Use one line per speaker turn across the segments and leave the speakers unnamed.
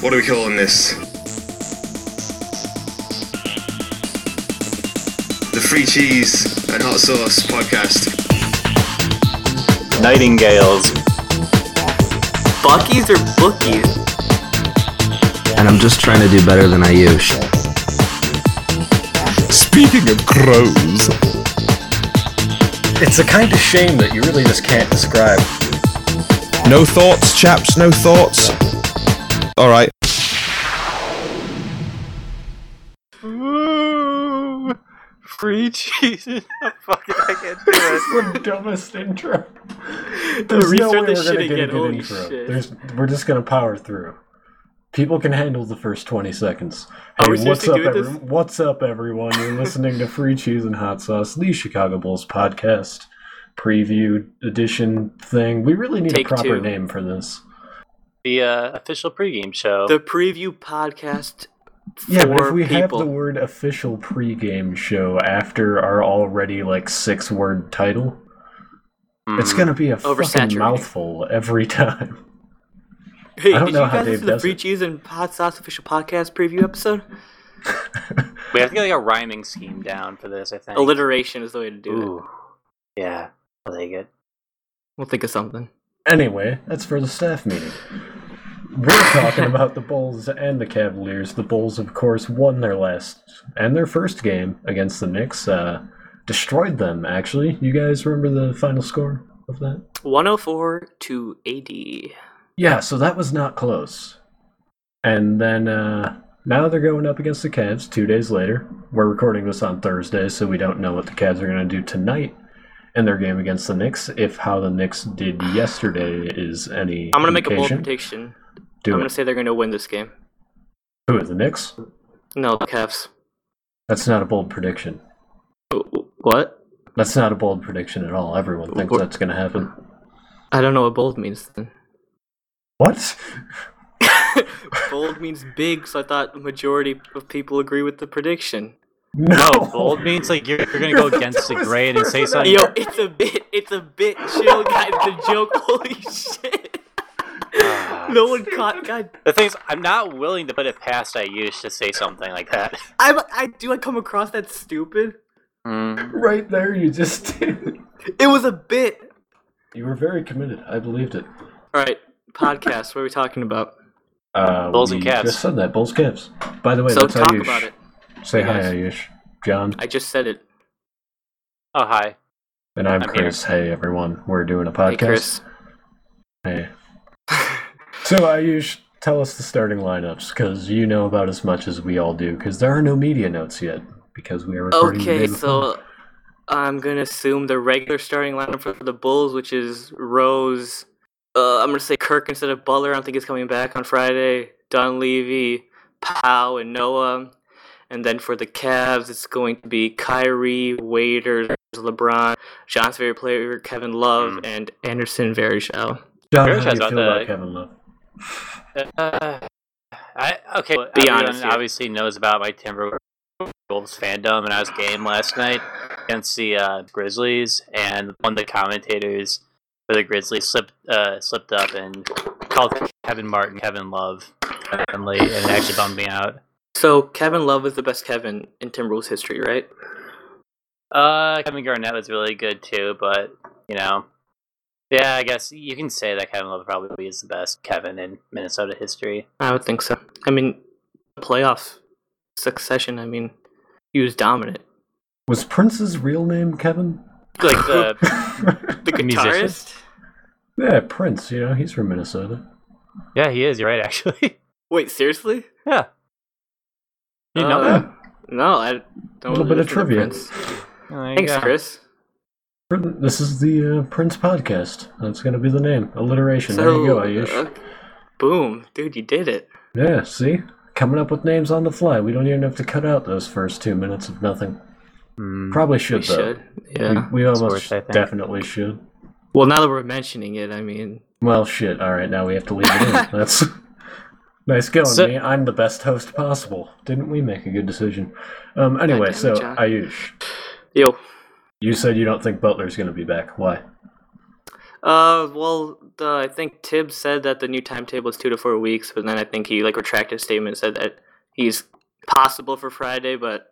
What are we calling this? The Free Cheese and Hot Sauce Podcast.
Nightingales.
Buckies or bookies?
and I'm just trying to do better than I used.
Speaking of crows,
It's a kind of shame that you really just can't describe.
no thoughts, chaps, no thoughts. All right.
Ooh, free cheese. in a bucket. I can't do it.
We're dumbest intro.
There's no way we're gonna get a good intro.
There's, we're just gonna power through. People can handle the first 20 seconds.
Are
Hey,
we supposed
what's
to
up,
do this?
everyone? What's up, everyone? You're listening to Free Cheese and Hot Sauce, the Chicago Bulls podcast preview edition thing. We really need
Take
a proper
two.
name for this.
the uh, official pregame show.
The preview podcast for
Yeah, but if we have
people.
the word official pregame show after our already like six word title, it's
Hmm.
gonna be a fucking
Oversaturated.
mouthful every time.
hey,
I don't
did
know
you
how
guys
Dave
listen to the
does
free
it.
cheese and hot sauce official podcast preview episode?
we have to get like a rhyming scheme down for this. I think.
Alliteration is the way to do it.
Ooh. Yeah, I like it.
We'll think of something.
Anyway, that's for the staff meeting. We're talking about the Bulls and the Cavaliers. The Bulls, of course, won their last and their first game against the Knicks. Uh, destroyed them, actually. You guys remember the final score of that?
104 to 80.
Yeah, so that was not close. And then uh, now they're going up against the Cavs two days later. We're recording this on Thursday, so we don't know what the Cavs are going to do tonight in their game against the Knicks. If how the Knicks did yesterday is any,
I'm going to make a bold
indication.
prediction.
Do
I'm going
it.
to say they're going to win this game.
Who the Knicks?
No, the Cavs.
That's not a bold prediction.
Wh- Oh, What?
That's not a bold prediction at all. Everyone thinks
Wh-
that's going to happen.
I don't know what bold means then.
What?
bold means big, so I thought the majority of people agree with the prediction.
No, Oh, bold means like you're, you're gonna go against the grain and say something.
Yo, it's a bit, it's a bit chill, guys. The joke, holy shit. no one caught, God.
The thing is, I'm not willing to put it past I used to say something like that.
I, I do I come across that stupid.
Mm-hmm.
Right there, you just did.
It was a bit.
You were very committed. I believed it.
All right, podcast. What are we talking about?
Uh,
Bulls and
we
Cavs.
Just said that. Bulls Cavs. By the way,
so
that's
talk
Ayush.
about it.
Say hi,
Yes.
Ayush. John
I just said it.
Oh hi.
and I'm,
I'm here.
Chris. Hey everyone, we're doing a podcast.
Hey, Chris.
Hey. so Ayush, tell us the starting lineups because you know about as much as we all do because there are no media notes yet because we are recording. the
Okay,
day before.
so I'm gonna assume the regular starting lineup for the Bulls, which is Rose. Uh, I'm gonna say Kirk instead of Butler. I don't think he's coming back on Friday. Dunleavy, Powell, and Noah. And then for the Cavs, it's going to be Kyrie, Waiters, LeBron, John's favorite player, Kevin Love,
Mm.
and Anderson Varejao.
John,
Chris
how do
has
you
on
feel about
the-
Kevin Love?
Uh, I okay. Well,
Be
everyone
honest here.
obviously knows about my Timberwolves fandom, and I was game last night against the uh, Grizzlies, and one of the commentators for the Grizzlies slipped uh, slipped up and called Kevin Martin Kevin Love, randomly, and it actually bummed me out.
So Kevin Love is the best Kevin in Timberwolves history, right?
Uh, Kevin Garnett was really good too, but you know, yeah, I guess you can say that Kevin Love probably is the best Kevin in Minnesota history.
I would think so. I mean, playoff succession. I mean, he was dominant.
Was Prince's real name Kevin?
Like the
The
Musician.
guitarist?
yeah, Prince. You know he's from Minnesota.
yeah, he is. You're right, actually.
Wait, seriously?
Yeah. You know
Uh,
that?
No, I don't
A little bit
listen
of
to
trivia.
Prince.
Oh, there you
Thanks,
go.
Chris.
This is the uh, Prince podcast. That's gonna be the name. Alliteration.
So,
there you go, Ayush.
uh, boom, dude, you did it.
Yeah, see? Coming up with names on the fly. We don't even have to cut out those first two minutes of nothing. Probably should,
Hmm, We
though.
should. Yeah.
We, we almost
Sports, I think.
definitely should.
Well, now that we're mentioning it, I mean,
Well, shit. All right, now we have to leave it in. That's nice going,
So-
me. I'm the best host possible. Didn't we make a good decision? Um. Anyway,
damn it,
so
John.
Ayush,
yo,
you said you don't think Butler's going to be back. Why?
Uh, well, uh, I think Tibbs said that the new timetable is two to four weeks, but then I think he like retracted his statement and said that he's possible for Friday. But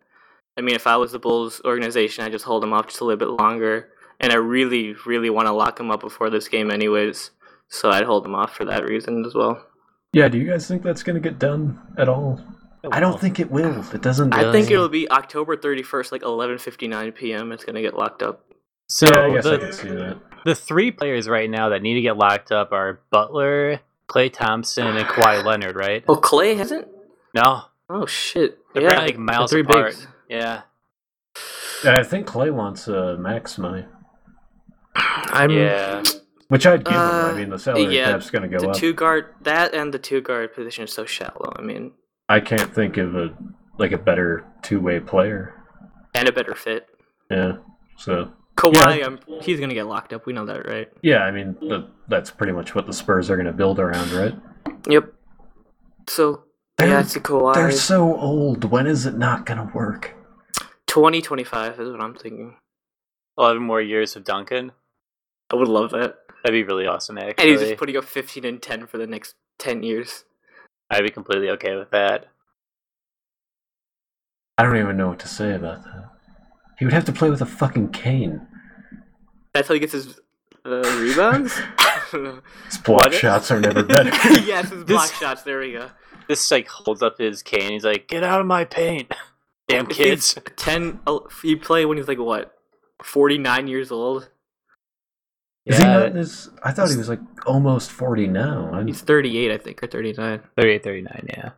I mean, if I was the Bulls organization, I just hold him up just a little bit longer, and I really, really want to lock him up before this game, anyways. So I'd hold him off for that reason as well.
Yeah, do you guys think that's going to get done at all?
Oh,
I don't think it will. It doesn't.
I think it'll be October thirty first, like eleven fifty nine p.m. It's gonna get locked up.
So
Yeah, I guess I can see
the,
that.
the three players right now that need to get locked up are Butler, Clay Thompson, and Kawhi Leonard, right?
Oh, Clay hasn't.
No,
Oh shit!
they're
yeah,
probably like miles
three
apart.
bigs.
Yeah,
Yeah, I think Clay wants uh, max money,
I'm.
yeah.
which I'd give him. I
Uh,
mean, the salary
yeah,
cap's going to go
the
up.
two guard that and the two guard position is so shallow. I mean,
I can't think of a like a better two way player.
and a better fit.
Yeah. So
Kawhi, um he's gonna get locked up. We know that, right?
yeah, I mean th- that's pretty much what the Spurs are going to build around, right?
Yep. So yeah, it's a
They're
Kawhi.
so old. When is it not going to work?
Twenty twenty five is what I'm thinking.
Eleven more years of Duncan.
I would love that.
That'd be really awesome, actually.
And he's just putting up fifteen and ten for the next ten years.
I'd be completely okay with that.
I don't even know what to say about that. He would have to play with a fucking cane.
That's how he gets his uh, rebounds.
His block
What?
shots are never better.
yes, his block
This-
shots. There we go.
This like holds up his cane. He's like, "Get out of my paint, damn
If he's
kids."
Ten. el- He played when he was like what, forty nine years old.
Is he
Yeah.
not in his? I thought he was like almost forty now. I'm-
He's thirty eight, I think, or thirty nine.
38, 39, Yeah,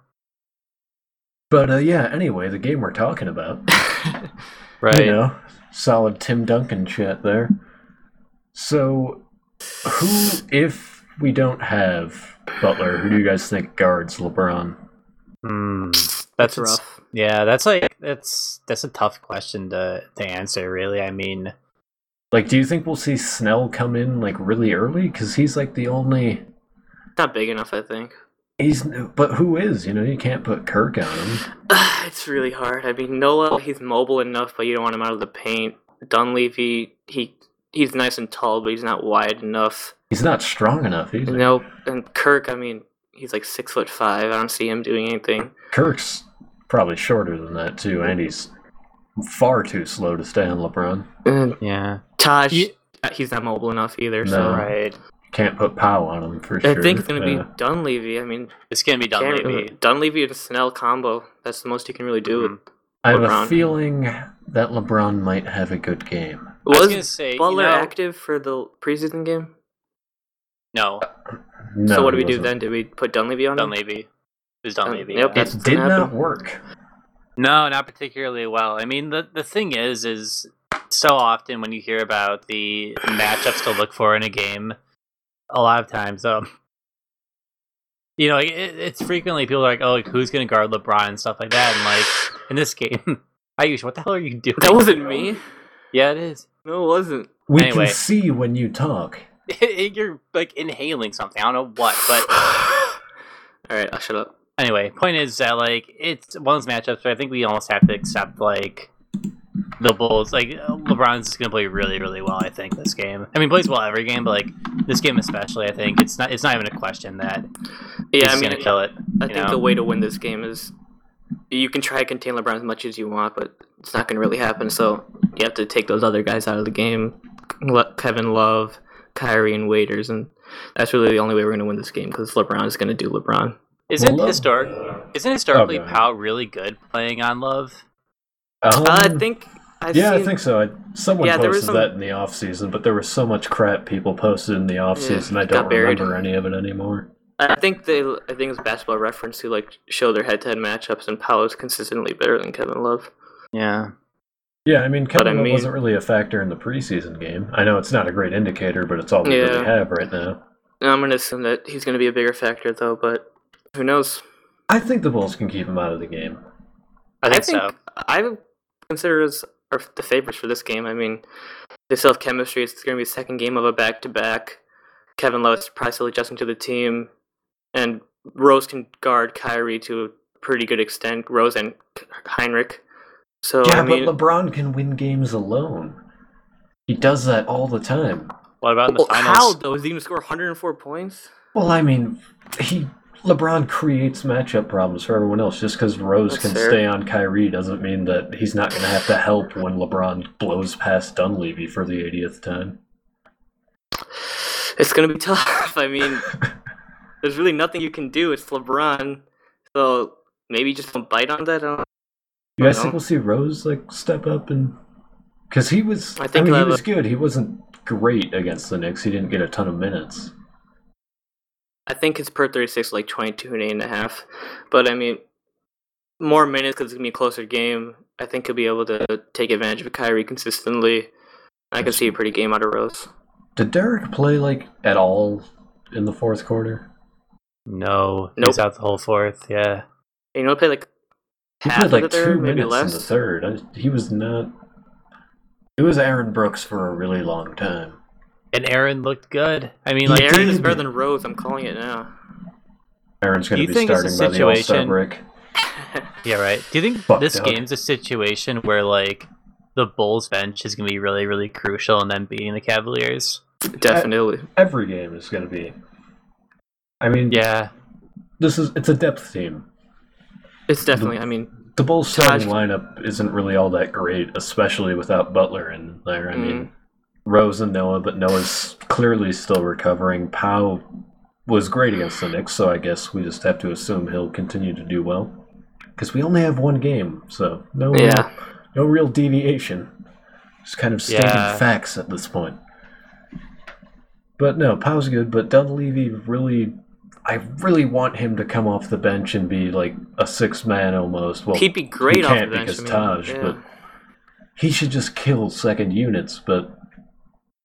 But uh, yeah, anyway, the game we're talking about.
right.
You know, solid Tim Duncan chat there. So, who, if we don't have Butler, who do you guys think guards LeBron?
Hmm.
That's
what's-
rough.
Yeah, that's like that's that's a tough question to to answer. Really, I mean,
Like, do you think we'll see Snell come in like really early? Because he's like the only.
Not big enough, I think.
He's but who is? You know, you can't put Kirk on him.
it's really hard. I mean, Noah, he's mobile enough, but you don't want him out of the paint. Dunleavy, he he's nice and tall, but he's not wide enough.
He's not strong enough either.
Nope. And Kirk, I mean, he's like six foot five. I don't see him doing anything.
Kirk's probably shorter than that too, and he's far too slow to stay on LeBron.
And
yeah,
Taj,
Ye-
uh, he's not mobile enough either.
No.
So
right.
Can't put Powell on him for
I
sure.
think it's gonna
Uh,
be Dunleavy. I mean,
It's gonna be done.
can't-
Maybe.
Dunleavy and Snell combo. That's the most you can really do.
Mm-hmm.
Mhm.
I have a
LeBron.
feeling that LeBron might have a good game.
was
Was,
gonna say, you
Butler
know-
active for the preseason game?
No,
No,
so what do
he
we do
wasn't.
then? Did we put Dunleavy on? him?
Dunleavy. It was Dunleavy.
Um, Yep,
yeah.
that's-
Did
Didn't
not
happen.
work.
No, not particularly well. I mean, the the thing is, is so often when you hear about the matchups to look for in a game, a lot of times, um, you know, like, it, it's frequently people are like, "Oh, like, who's going to guard LeBron and stuff like that," and like in this game, Ayush, what the hell are you doing?
That wasn't me.
Yeah, it is.
No, it wasn't.
We
Anyway.
can see when you talk.
You're like inhaling something. I don't know what, but
All right, I'll shut up.
anyway, point is that like it's one of those matchups where I think we almost have to accept like the Bulls. Like LeBron's going to play really, really well. I think this game. I mean, he plays well every game, but like this game especially, I think it's not. It's not even a question that
Yeah,
he's
I mean,
going to kill it.
I
you
think
know?
the way to win this game is you can try to contain LeBron as much as you want, but it's not going to really happen. So you have to take those other guys out of the game, Le- Kevin Love, Kyrie, and Waiters, and that's really the only way we're going to win this game because LeBron is going to do LeBron.
Isn't
Love-
historic? Isn't historically
Oh, God.
Powell really good playing on Love?
Um,
Uh, I think. I've
yeah, I
seen-
think so. I, someone
Yeah, there was
posted
some-
that in the off season, but there was so much crap people posted in the off season. I
got
don't
buried.
remember any of it anymore.
I think they. I think it was Basketball Reference who like show their head-to-head matchups, and Powell is consistently better than Kevin Love.
Yeah.
Yeah, I mean,
But
Kevin
I
Love
mean-
wasn't really a factor in the preseason game. I know it's not a great indicator, but it's all we really
Yeah.
have right now.
And I'm going to assume that he's going to be a bigger factor though, but who knows?
I think the Bulls can keep him out of the game.
I think, so.
I would consider us are the favorites for this game. I mean, they still have chemistry. It's going to be the second game of a back to back. Kevin Love is probably still adjusting to the team, and Rose can guard Kyrie to a pretty good extent. Rose and Heinrich. So
yeah,
I mean,
but LeBron can win games alone. He does that all the time.
What about in the
Well,
finals?
how though? Is he gonna score 104 points?
Well, I mean, he LeBron creates matchup problems for everyone else. Just because Rose
That's
can
fair.
stay on Kyrie doesn't mean that he's not going to have to help when LeBron blows past Dunleavy for the 80th time.
It's gonna be tough. I mean, there's really nothing you can do. It's LeBron, so maybe just don't bite on that. I don't-
You guys
I
think
know.
we'll see Rose like step up and because he was?
I
I
think
think
he'll
he
have
was
a-
good. He wasn't great against the Knicks. He didn't get a ton of minutes.
I think it's per 36, like 22 and eight and a half. But I mean, more minutes because it's gonna be a closer game. I think he'll be able to take advantage of Kyrie consistently. I can see a pretty game out of Rose.
Did Derek play like at all in the fourth quarter?
No,
Nope.
he's out the whole fourth. Yeah,
You know, play like
He
half
played like
of the third,
two
maybe
minutes
less.
in the third. I, he was not. It was Aaron Brooks for a really long time.
and Aaron looked good. I mean,
He
like,
Aaron is
did.
better than Rose. I'm calling it now.
Aaron's going
Do you
to be
think it's a
starting by the All Star
situation-
break.
yeah, right. Do you think
Fuck,
this
dog.
game's a situation where like the Bulls bench is gonna be really, really crucial in them beating the Cavaliers?
Definitely.
Every game is going to be. I mean,
Yeah,
this is it's a depth team.
It's definitely. I mean,
The Bulls
Taj-
starting lineup isn't really all that great, especially without Butler in there. I mean, Rose and Noah, but Noah's clearly still recovering. Powell was great against the Knicks, so I guess we just have to assume he'll continue to do well. Because we only have one game, so no, real-
Yeah.
no real deviation. Just kind of stating
Yeah.
facts at this point. But no, Powell's good, but Dunleavy really. I really want him to come off the bench and be like a six man almost. Well,
he'd be great
he
off the
can't
bench.
because
I mean,
Taj,
yeah.
but he should just kill second units. But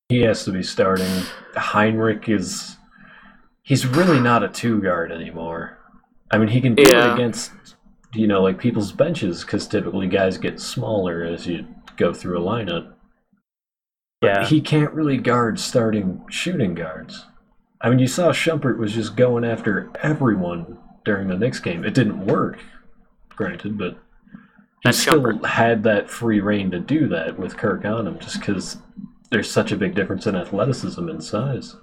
he has to be starting. Heinrich is he's really not a two guard anymore. I mean, he can do
Yeah.
it against you know like people's benches because typically guys get smaller as you go through a lineup.
yeah.
He can't really guard starting shooting guards. I mean, you saw Shumpert was just going after everyone during the Knicks game. It didn't work, granted, but he
That's
still
Shumpert.
had that free reign to do that with Kirk on him, just because there's such a big difference in athleticism and size.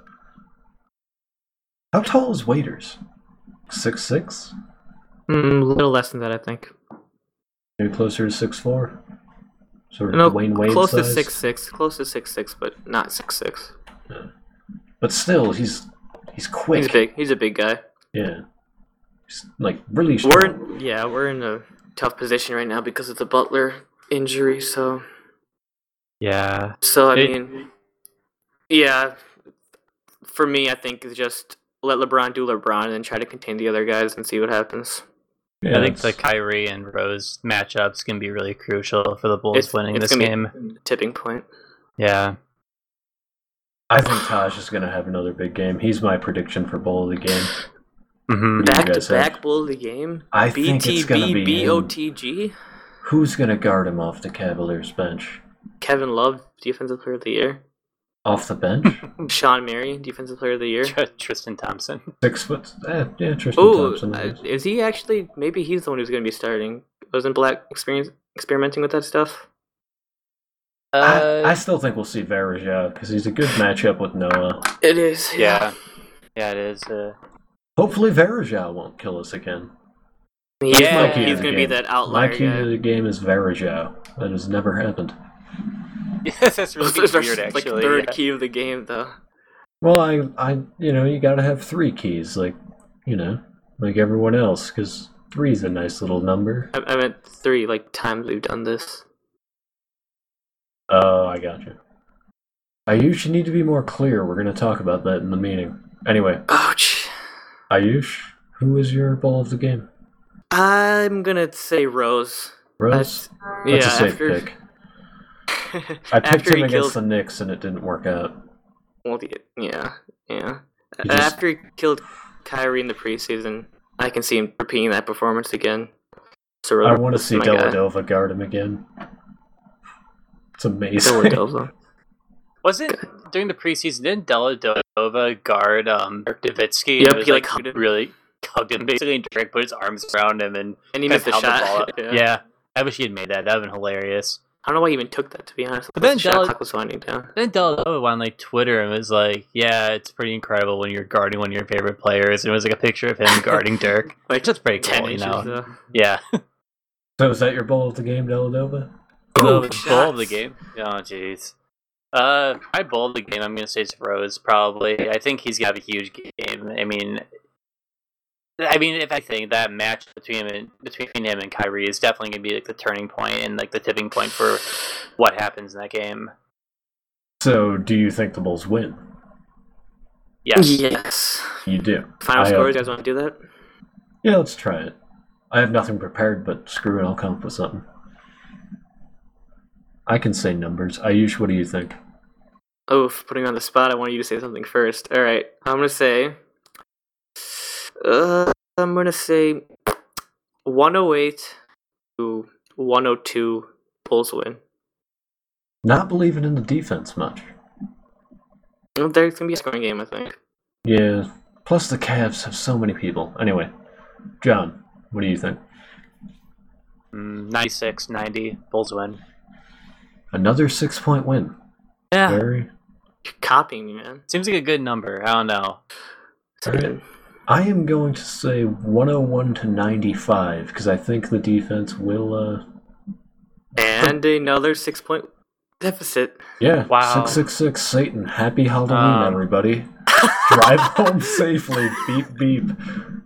How tall is Waiters? Six six,
Mm, a little less than that, I think.
maybe closer to six four. Sort of
No,
Dwayne Wade
close
size.
to six six, close to six six, but not six six.
but still he's he's quick.
He's big. He's a big guy.
Yeah, he's like really strong.
We're in, yeah, we're in a tough position right now because of the Butler injury. So,
Yeah.
so I
It-
mean, yeah. For me, I think it's just let LeBron do LeBron and try to contain the other guys and see what happens.
Yeah,
I think
it's-
the Kyrie and Rose matchups can be really crucial for the Bulls
It's-
winning
it's
this
gonna be-
game.
Tipping point.
Hmm.
Yeah.
I think Taj is going to have another big game. He's my prediction for bowl of the game.
hmm
you
Back to
guys have?
back bull of the game.
I think it's going to
BTB
be him.
BOTG.
Who's going to guard him off the Cavaliers bench?
Kevin Love, defensive player of the year.
Off the bench,
Sean Mary, defensive player of the year.
Tristan Thompson.
six foot. Eh, yeah, Tristan
Oh,
Thompson. I guess.
is he actually? Maybe he's the one who's going to be starting. Wasn't Black experience experimenting with that stuff?
Uh,
I, I still think we'll see Varejao because he's a good matchup with Noah.
It is.
yeah. Yeah, it is. Uh,
Hopefully, Varejao won't kill us again.
He's,
Yeah.
like-
My key
he's
to the
going to be
game.
that
My
outlier.
key to
guy.
the game is Varejao. That has never happened.
yes, that's really
This is our,
weird,
like
actually.
third
yeah.
key of the game, though.
Well, I, I, you know, you gotta have three keys, like, you know, like everyone else, because three's a nice little number.
I, I meant three like times we've done this.
Oh, I gotcha. Ayush, you need to be more clear. We're gonna talk about that in the meeting. Anyway,
Ouch.
Ayush, who is your ball of the game?
I'm gonna say Rose.
Rose.
That's-
That's
yeah,
a safe
after,
pick. I picked
after
him
he
against
killed,
the Knicks and it didn't work out.
well, the- yeah, yeah.
He just-
After he killed Kyrie in the preseason, I can see him repeating that performance again. So
I
Rose
want to
is
see
my guy.
Deladova guard him again. It's amazing.
Philadelphia.
Wasn't during the preseason, didn't Deladova guard um, Dirk Nowitzki?
Yep,
It was,
he, like, hugged him.
really hugged him, basically, and Dirk put his arms around him and
And he
kind
missed
of
the
held the ball
shot.
up. yeah. I wish he had made that. That would have been hilarious.
I don't know why I even took that to be honest.
But then
the shot
Dallas-
clock was winding down.
Then Del Lowe on like Twitter and was like, "Yeah, it's pretty incredible when you're guarding one of your favorite players." And it was like a picture of him guarding Dirk,
Like
which is pretty
Ten
cool, you
inches
know.
though.
Yeah,
So is that your bowl of the game, Deladova?
Cool
the bowl of the
shots.
game. Oh jeez. Uh, my bowl of the game. I'm gonna say it's Rose probably. I think he's got a huge game. I mean, I mean, if I think that match between him and between him and Kyrie is definitely gonna be like the turning point and like the tipping point for what happens in that game.
So do you think the Bulls win?
Yes.
Yes.
You do.
Final
I, uh,
scores. You guys want to do that?
Yeah, let's try it. I have nothing prepared, but screw it, I'll come up with something. I can say numbers. Ayush, what do you think?
Oh, for putting me on the spot, I wanted you to say something first. All right, I'm gonna say. Uh, I'm gonna say 108 to 102 Bulls win.
Not believing in the defense much.
Well, There's gonna be a scoring game, I think.
Yeah. Plus the Cavs have so many people. Anyway, John, what do you think?
Mm, 96, 90, Bulls win.
Another six point win.
Yeah.
Very
You're copying me, man.
Seems like a good number. I don't know.
Alright. I am going to say 101 to 95 because I think the defense will. uh
And another six point deficit.
Yeah.
Wow.
Six six six Satan. Happy Halloween,
Um.
everybody. Drive home safely. Beep beep.